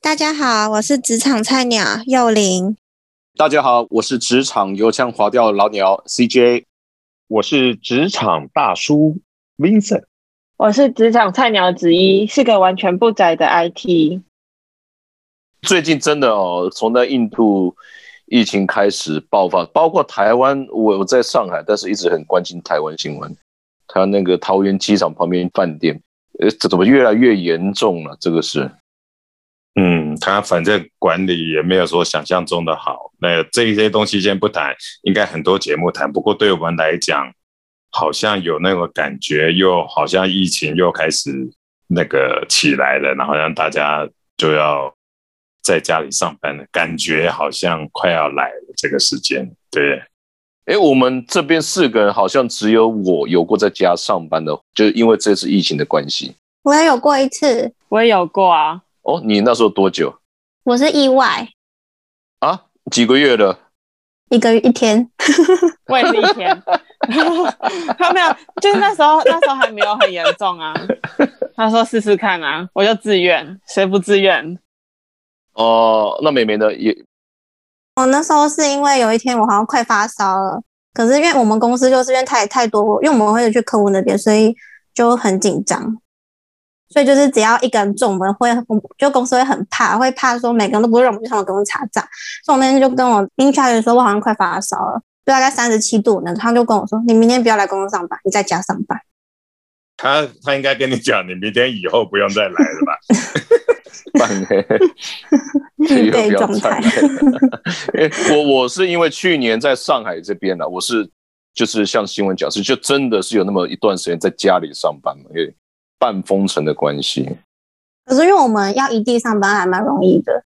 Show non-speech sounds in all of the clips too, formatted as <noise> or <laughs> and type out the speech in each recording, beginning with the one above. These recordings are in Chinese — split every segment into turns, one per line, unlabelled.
大家好，我是职场菜鸟幼玲。
大家好，我是职场油腔滑调老鸟 CJ。
我是职场大叔 Vincent。
我是职场菜鸟子一，是个完全不宅的 IT。
最近真的哦，从那印度疫情开始爆发，包括台湾，我我在上海，但是一直很关心台湾新闻。他那个桃园机场旁边饭店，呃，这怎么越来越严重了？这个是，
嗯，他反正管理也没有说想象中的好。那这些东西先不谈，应该很多节目谈。不过对我们来讲，好像有那个感觉，又好像疫情又开始那个起来了，然后让大家就要在家里上班了，感觉好像快要来了这个时间，对。
哎，我们这边四个人好像只有我有过在家上班的，就是因为这次疫情的关系。
我也有过一次，
我也有过啊，
哦，你那时候多久
我是意外，
啊？几个月了？
一个月一天。
我也是一天。 <laughs> 他没有，就是那时候那时候还没有很严重啊。他说试试看啊，我就自愿，谁不自愿？
哦，那美眉呢？也
我那时候是因为有一天我好像快发烧了，可是因为我们公司就是因为太太多，因为我们会去客户那边，所以就很紧张。所以就是只要一个人中，我们会，我们就公司会很怕，会怕说每个人都不认我们，就他们跟我查账。所以我那天就跟我 in charge 说，我好像快发烧了，就大概三十七度呢。他就跟我说，你明天不要来公司上班，你在家上班。
他他应该跟你讲，你明天以后不用再来了吧？ <laughs>
半黑
疲惫
又
状
<laughs>
态
因为我我是因为去年在上海这边呢，啊我是就是像新闻讲是，就真的是有那么一段时间在家里上班嘛，因为半封城的关系。
可是因为我们要异地上班，还蛮容易的。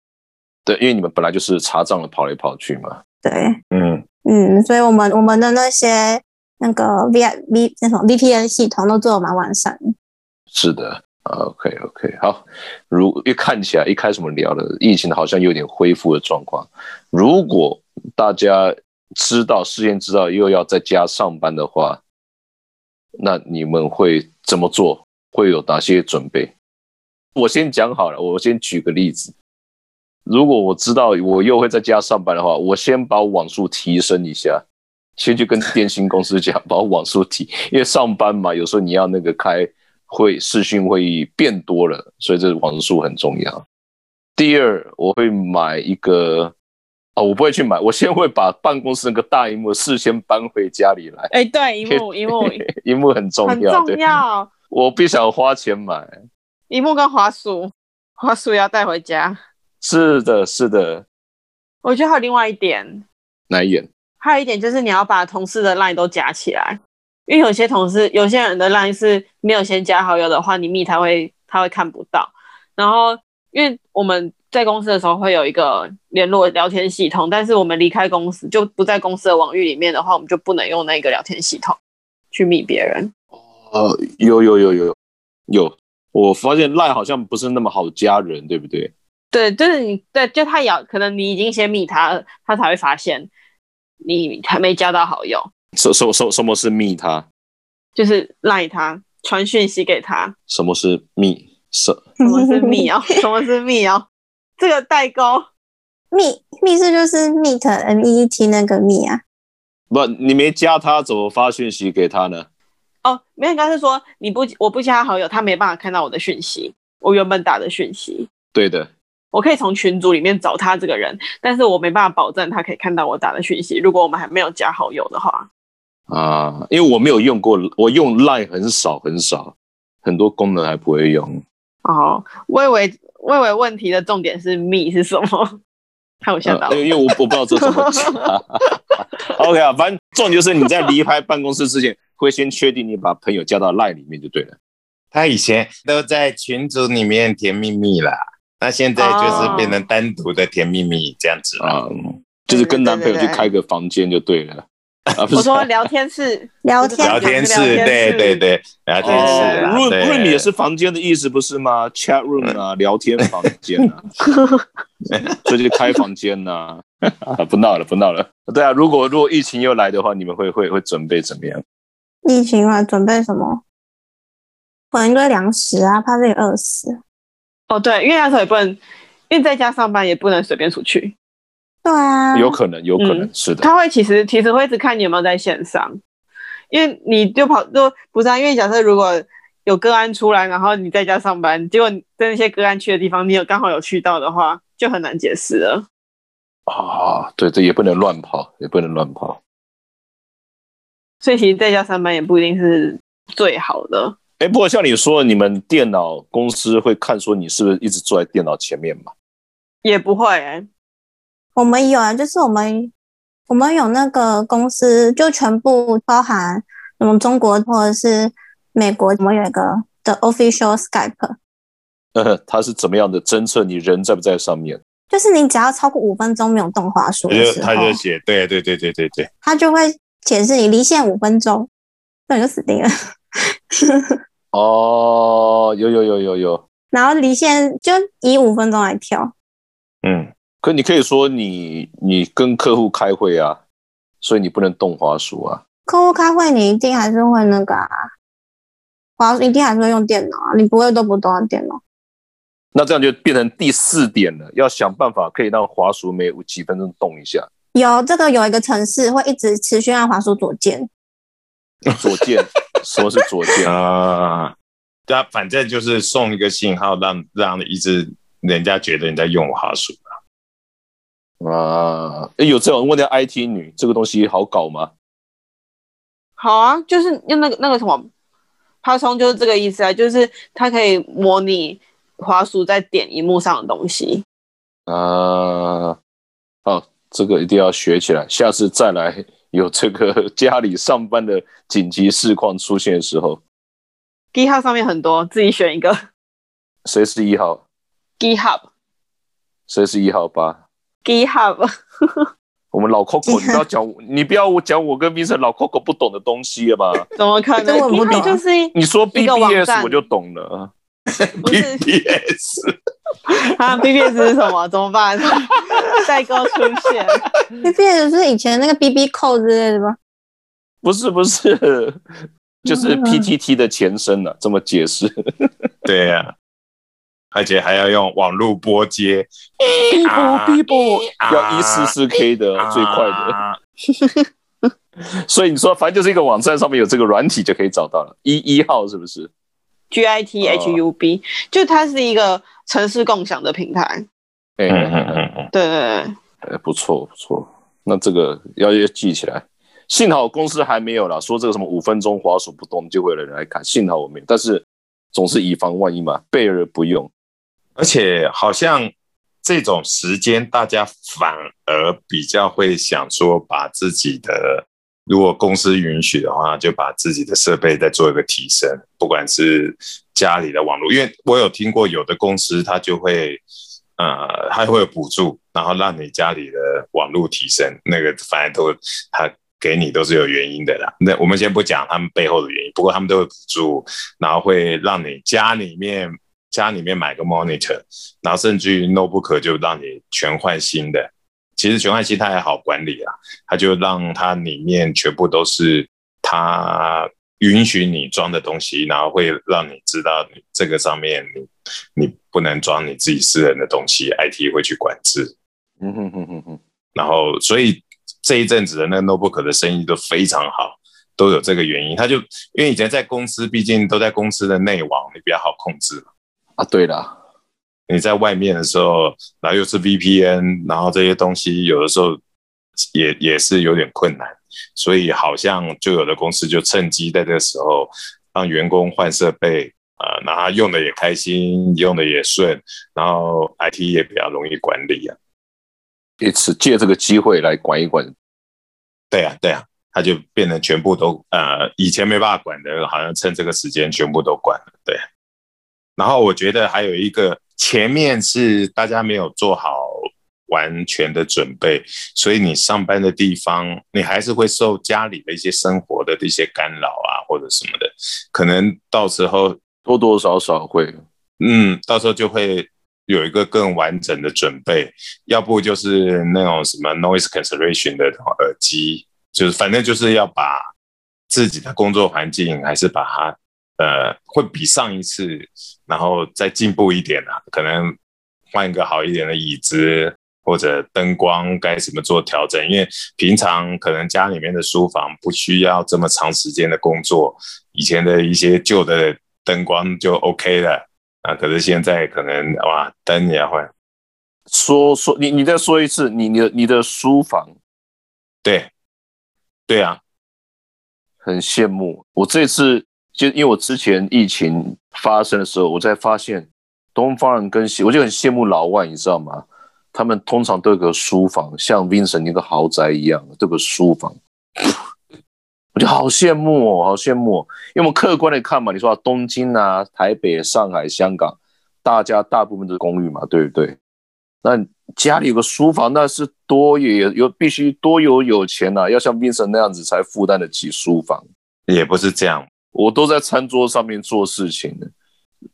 对，因为你们本来就是查账的跑来跑去嘛。
对，
嗯，
嗯，所以我们我们的那些那个 V I V 那什么 V P N 系统都做的蛮完善的。
是的，OK OK，好。如一看起来一开始我们聊的疫情好像有点恢复的状况，如果大家知道事先知道又要在家上班的话，那你们会怎么做？会有哪些准备？我先讲好了，我先举个例子。如果我知道我又会在家上班的话，我先把网速提升一下，先去跟电信公司讲，把网速提，因为上班嘛，有时候你要那个开会、视讯会议变多了，所以这网速很重要。第二，我会买一个，哦，我不会去买，我先会把办公室那个大荧幕事先搬回家里来，
哎、对，一幕一幕
<laughs> 荧幕很重
很
要，
重
对，
要，
我不想花钱买。
一幕跟滑鼠，滑鼠也要带回家。
是的，是的，
我觉得还有另外一点，
来演。
还有一点就是你要把同事的 line 都加起来，因为有些同事、有些人的 line 是没有先加好友的话，你密他会他会看不到。然后，因为我们在公司的时候会有一个联络聊天系统，但是我们离开公司就不在公司的网域里面的话，我们就不能用那个聊天系统去密别人。
呃，有有有有有，我发现赖好像不是那么好加人，对不对？
对，就是你对，就他也要可能你已经先密他了，他才会发现你还没加到好友，
什什什什么是密他？
就是赖他传讯息给他，
什么是密？什
什么是密哦？ <laughs> 什么是密哦？这个代沟，
<laughs> 密密室就是 meet m e e t 那个密啊，
不？你没加他，怎么发讯息给他呢？
哦，没有，应该是说你不我不加好友，他没办法看到我的讯息，我原本打的讯息，
对的，
我可以从群组里面找他这个人，但是我没办法保证他可以看到我打的讯息。如果我们还没有加好友的话，
啊，因为我没有用过，我用赖很少很少，很多功能还不会用。
哦，我以为我以为问题的重点是密是什么， <laughs> 看我吓到
呃因为因为我我不知道这怎么 <laughs> 加。OK 啊，反正重点就是你在离开办公室之前，会先确定你把朋友加到赖里面就对了。
他以前都在群组里面甜蜜蜜啦，那现在
哦
就是变成单独的甜蜜蜜这样子嗯了。
啊，就是跟男朋友去开个房间就对了。啊，不
我
是
说聊天室，
聊天
聊天室，
聊天室
对对对，聊天室啊、
room
对
room 也是房间的意思不是吗？chat room 啊，聊天房间
<laughs>
啊，所以就开房间呐。啊不闹了，不闹了。对啊，如果如果疫情又来的话，你们会会会准备怎么样？
疫情啊，准备什么？囤一堆粮食啊，怕自己饿死。
哦，对，因为那时候也不能，因为在家上班也不能随便出去，
对啊，
有可能，有可能
嗯
是的，
他会其实其实会一直看你有没有在线上，因为你就跑就不是、啊，因为假设如果有个案出来，然后你在家上班，结果你在那些个案去的地方，你有刚好有去到的话，就很难解释了。
啊，对，这也不能乱跑，也不能乱跑。
所以其实在家上班也不一定是最好的。
哎，不过像你说，你们电脑公司会看说你是不是一直坐在电脑前面嘛？ <laughs>
也不会、欸，
我们有啊，就是我们我们有那个公司，就全部包含什么中国或者是美国，我们有一个的 official Skype，
呃，它是怎么样的侦测你人在不在上面？
就是你只要超过五分钟没有动滑鼠
他
的
就
哦
时候
他，就写，对对对对对对，
它就会显示你离线五分钟， <laughs> 那你就死定了。
哦，有有有有有，
然后离线就以五分钟来跳，
嗯，
可你可以说你你跟客户开会啊，所以你不能动滑鼠啊。
客户开会你一定还是会那个啊，滑一定还是会用电脑啊，你不会都不动啊电脑。
那这样就变成第四点了，要想办法可以让滑鼠每几分钟动一下，
有这个有一个城市会一直持续按滑鼠左键，
左键。 <laughs> 什么是左键？
啊，那反正就是送一个信号让，让一直人家觉得你在用滑鼠。
啊，诶有这种问题，IT 女这个东西好搞吗？
好啊，就是用那个那个什么，趴冲就是这个意思啊，就是它可以模拟滑鼠在点荧幕上的东西。
啊，好，这个一定要学起来，下次再来有这个 <laughs> 家里上班的紧急事况出现的时候，
GitHub 上面很多，自己选一个
谁是一号，
GitHub。
谁是一号八？
GitHub
我们老 Coco，你不要讲，你不要讲我跟 Vincent 老 Coco 不懂的东西了吧？
<laughs> 怎么可能
这我不懂
？GitHub
啊
就是
你说
一个网站
BBS 我就懂了。
啊
不是
<laughs>
BBS
啊？BBS 是什么？怎么办？ <laughs> 代购出现，
B B 就是以前那个 B B 扣之类的吧？
不是 <laughs> 不是，就是
嗯
PTT 的前身了、这么解释。
对呀、而且还要用网络拨接，啊
Bibo
啊
要一四四 K 的最快的，
啊
所以你说反正就是一个网站上面有这个软体就可以找到了。一一号是不是？
G I T H U B，、就它是一个城市共享的平台。
哎、
嗯嗯嗯嗯，
对对对，
哎不错不错，那这个要要记起来。幸好公司还没有啦，说这个什么五分钟滑鼠不动就会有人来看，幸好我没有，但是总是以防万一嘛，备而不用。
而且好像这种时间，大家反而比较会想说，把自己的如果公司允许的话，就把自己的设备再做一个提升，不管是家里的网络，因为我有听过有的公司它就会。呃，它会有补助，然后让你家里的网络提升，那个反正都它给你都是有原因的啦。那我们先不讲他们背后的原因，不过他们都会补助，然后会让你家里面家里面买个 monitor，然后甚至于 notebook 就让你全换新的。其实全换新它还好管理啊，它就让它里面全部都是它允许你装的东西，然后会让你知道你这个上面你你不能装你自己私人的东西，IT 会去管制。
嗯哼哼哼哼，
然后所以这一阵子的那个 notebook 的生意都非常好，都有这个原因。他就因为以前在公司，毕竟都在公司的内网，你比较好控制嘛。
啊，对啦，
你在外面的时候，然后又是 VPN，然后这些东西有的时候也也是有点困难，所以好像就有的公司就趁机在这个时候让员工换设备。啊，然后他用的也开心，用的也顺，然后 IT 也比较容易管理啊。
一次借这个机会来管一管
对啊，对啊，他就变得全部都呃，以前没办法管的，好像趁这个时间全部都管了。对，然后我觉得还有一个，前面是大家没有做好完全的准备，所以你上班的地方，你还是会受家里的一些生活的一些干扰啊，或者什么的，可能到时候
多多少少会，
嗯，到时候就会有一个更完整的准备，要不就是那种什么 noise cancellation 的耳机，就是反正就是要把自己的工作环境还是把它呃，会比上一次，然后再进步一点啊，可能换一个好一点的椅子或者灯光该怎么做调整，因为平常可能家里面的书房不需要这么长时间的工作，以前的一些旧的灯光就 OK 了啊，可是现在可能哇灯也要换，
说说你你再说一次，你你的你的书房
对，对啊，
很羡慕我这次，就因为我之前疫情发生的时候，我才发现东方人跟西，我就很羡慕老外，你知道吗？他们通常都有个书房，像 Vincent 那个豪宅一样，都有个书房。我就好羡慕哦，好羡慕、哦，因为我们客观的看嘛，你说、啊、东京啊、台北、上海、香港，大家大部分都是公寓嘛，对不对？那家里有个书房，那是多有有必须多有有钱呐、要像 Vincent 那样子才负担得起书房。
也不是这样，
我都在餐桌上面做事情的，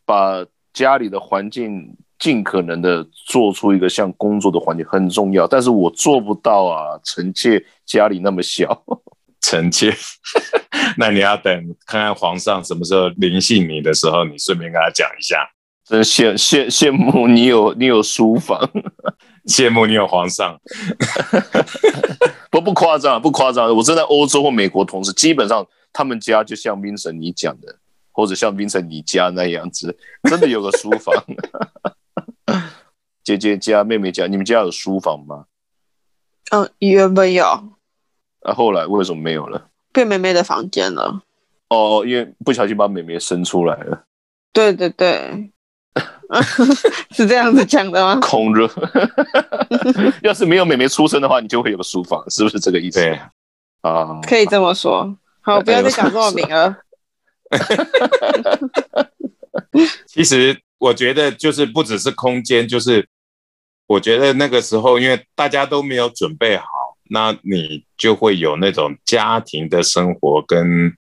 把家里的环境尽可能的做出一个像工作的环境很重要，但是我做不到啊，臣妾家里那么小， <laughs>
臣妾。 <laughs> 那你要等看看皇上什么时候临幸你的时候，你顺便跟他讲一下，
真羡羡羡慕你有你有书房， <laughs>
羡慕你有皇上。
不不夸张啊不夸张，我真的欧洲或美国同事，基本上他们家就像 Vincent 你讲的，或者像 Vincent 你家那样子，真的有个书房。 <laughs> 姐姐家、妹妹家，你们家有书房吗？
嗯，原本有
啊，后来为什么没有了？
变妹妹的房间了。
哦，哦因为不小心把妹妹生出来了，
对对对， <laughs> 是这样子讲的吗？
空着。 <laughs> 要是没有妹妹出生的话，你就会有个书房，是不是这个意思？
对，
啊，
可以这么说。好，不要再讲这么明了。
其实我觉得就是不只是空间，就是我觉得那个时候因为大家都没有准备好，那你就会有那种家庭的生活跟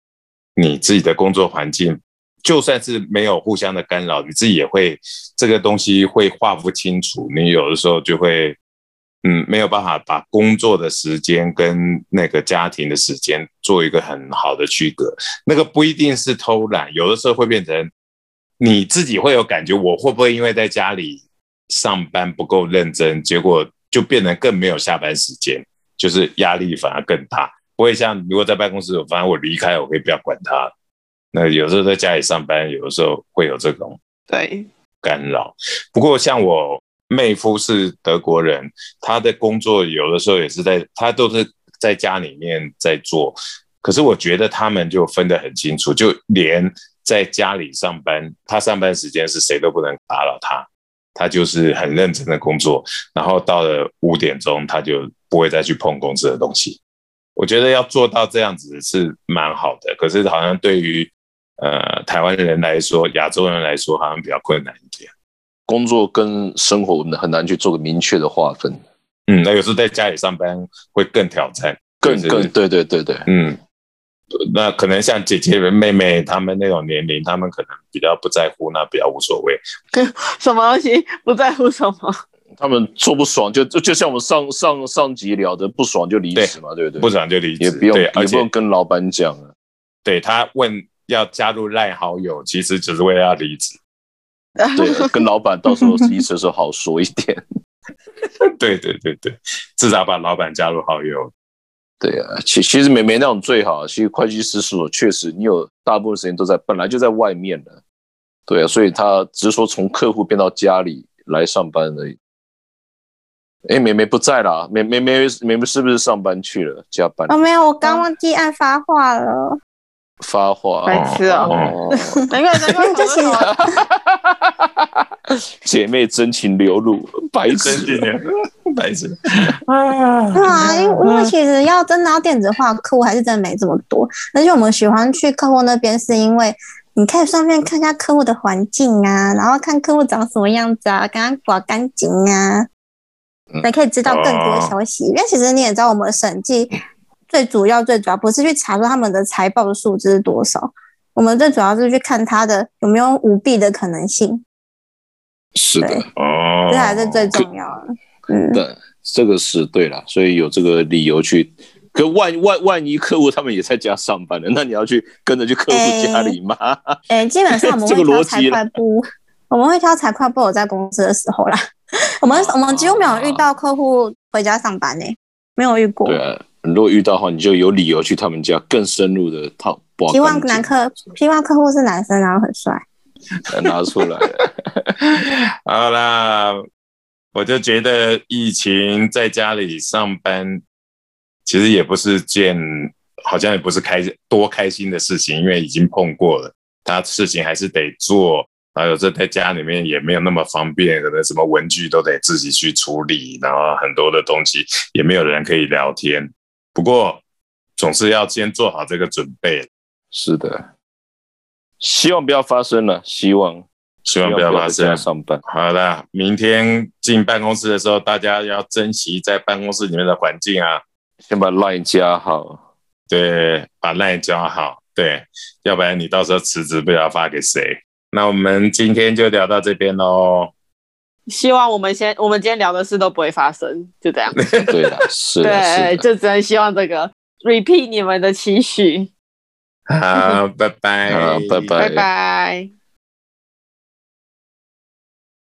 你自己的工作环境，就算是没有互相的干扰，你自己也会这个东西会划不清楚，你有的时候就会。嗯，没有办法把工作的时间跟那个家庭的时间做一个很好的区隔。那个不一定是偷懒，有的时候会变成你自己会有感觉，我会不会因为在家里上班不够认真，结果就变得更没有下班时间，就是压力反而更大。不会像如果在办公室，反正我离开，我可以不要管他。那有时候在家里上班，有的时候会有这种
对，
干扰。不过像我妹夫是德国人，他的工作有的时候也是在，他都是在家里面在做。可是我觉得他们就分得很清楚，就连在家里上班，他上班时间是谁都不能打扰他，他就是很认真的工作。然后到了五点钟，他就不会再去碰公司的东西。我觉得要做到这样子是蛮好的，可是好像对于呃台湾人来说，亚洲人来说好像比较困难一点。
工作跟生活我们很难去做个明确的划分，
嗯，那有时候在家里上班会更挑战，
更
就是
更对对对对，
嗯，那可能像姐姐、妹妹她们那种年龄，她们可能比较不在乎，那比较无所谓。
什么东西不在乎什么？
他们做不爽就就就像我们上上上集聊的，不爽就离职嘛，对不对？
不爽就离职，
也不用
对，
也
而
不
且
用跟老板讲啊。
对他问要加入赖好友，其实只是为了要离职。 <laughs>
对，跟老板到时候离职的时候好说一点。
对对对对，至少把老板加入好友。
对啊，其其实美眉那种最好。其实会计师事务所确实，你有大部分时间都在，本来就在外面的。对啊，所以他只是说从客户变到家里来上班而已。哎，美眉不在啦，美美美美眉是不是上班去了？加班
哦，没有，我刚忘记按发话了。
发话啊
白
啊
痴哦
哦，
<laughs> <laughs> 难怪难
<laughs>
怪
这是啊
啊
姐妹真情流露，白痴啊。
白痴。
对啊，因为因为其实要真的要电子化，客户还是真的没这么多。而且我们喜欢去客户那边，是因为你可以顺便看一下客户的环境啊，然后看客户长什么样子啊，刚刚刮干净啊，才可以知道更多消息。因为其实你也知道，我们的审计最主要最主要不是去查出他们的财报的数字是多少，我们最主要是去看他的有没有舞弊的可能性，
是的，
对
哦，
这才是最重要的。嗯，
对，这个是对了，所以有这个理由去。可万万万一客户他们也在家上班的，那你要去跟着去客户家里吗？
呃诶、基本上我们
<laughs> 这个
会挑
逻
财
辑了
会部，我们会挑财会部有在公司的时候啦。我们
啊
我们几乎没有遇到客户回家上班呢、没有遇过
对。啊，如果遇到的话，你就有理由去他们家更深入的套挖
希望
干净
男客希望客户是男生，然后很帅。
拿出
<laughs>
来。
<laughs> 好啦，我就觉得疫情在家里上班，其实也不是件好像也不是开多开心的事情，因为已经碰过了，他事情还是得做。然后有时候在家里面也没有那么方便，可能什么文具都得自己去处理，然后很多的东西也没有人可以聊天。不过总是要先做好这个准备，
是的，希望不要发生了，希望
希望不要发
在
生
家。上班。
好啦，明天进办公室的时候，大家要珍惜在办公室里面的环境啊。
先把 Line
<laughs>
加好，
对，把赖教好，对，要不然你到时候辞职不知道发给谁。那我们今天就聊到这边喽。
希望我们先我们今天聊的事都不会发生，就这样。
对的，是的，
对，
是的。
就只能希望这个 repeat 你们的期许。
<laughs>
好，拜拜
好，拜拜
拜拜。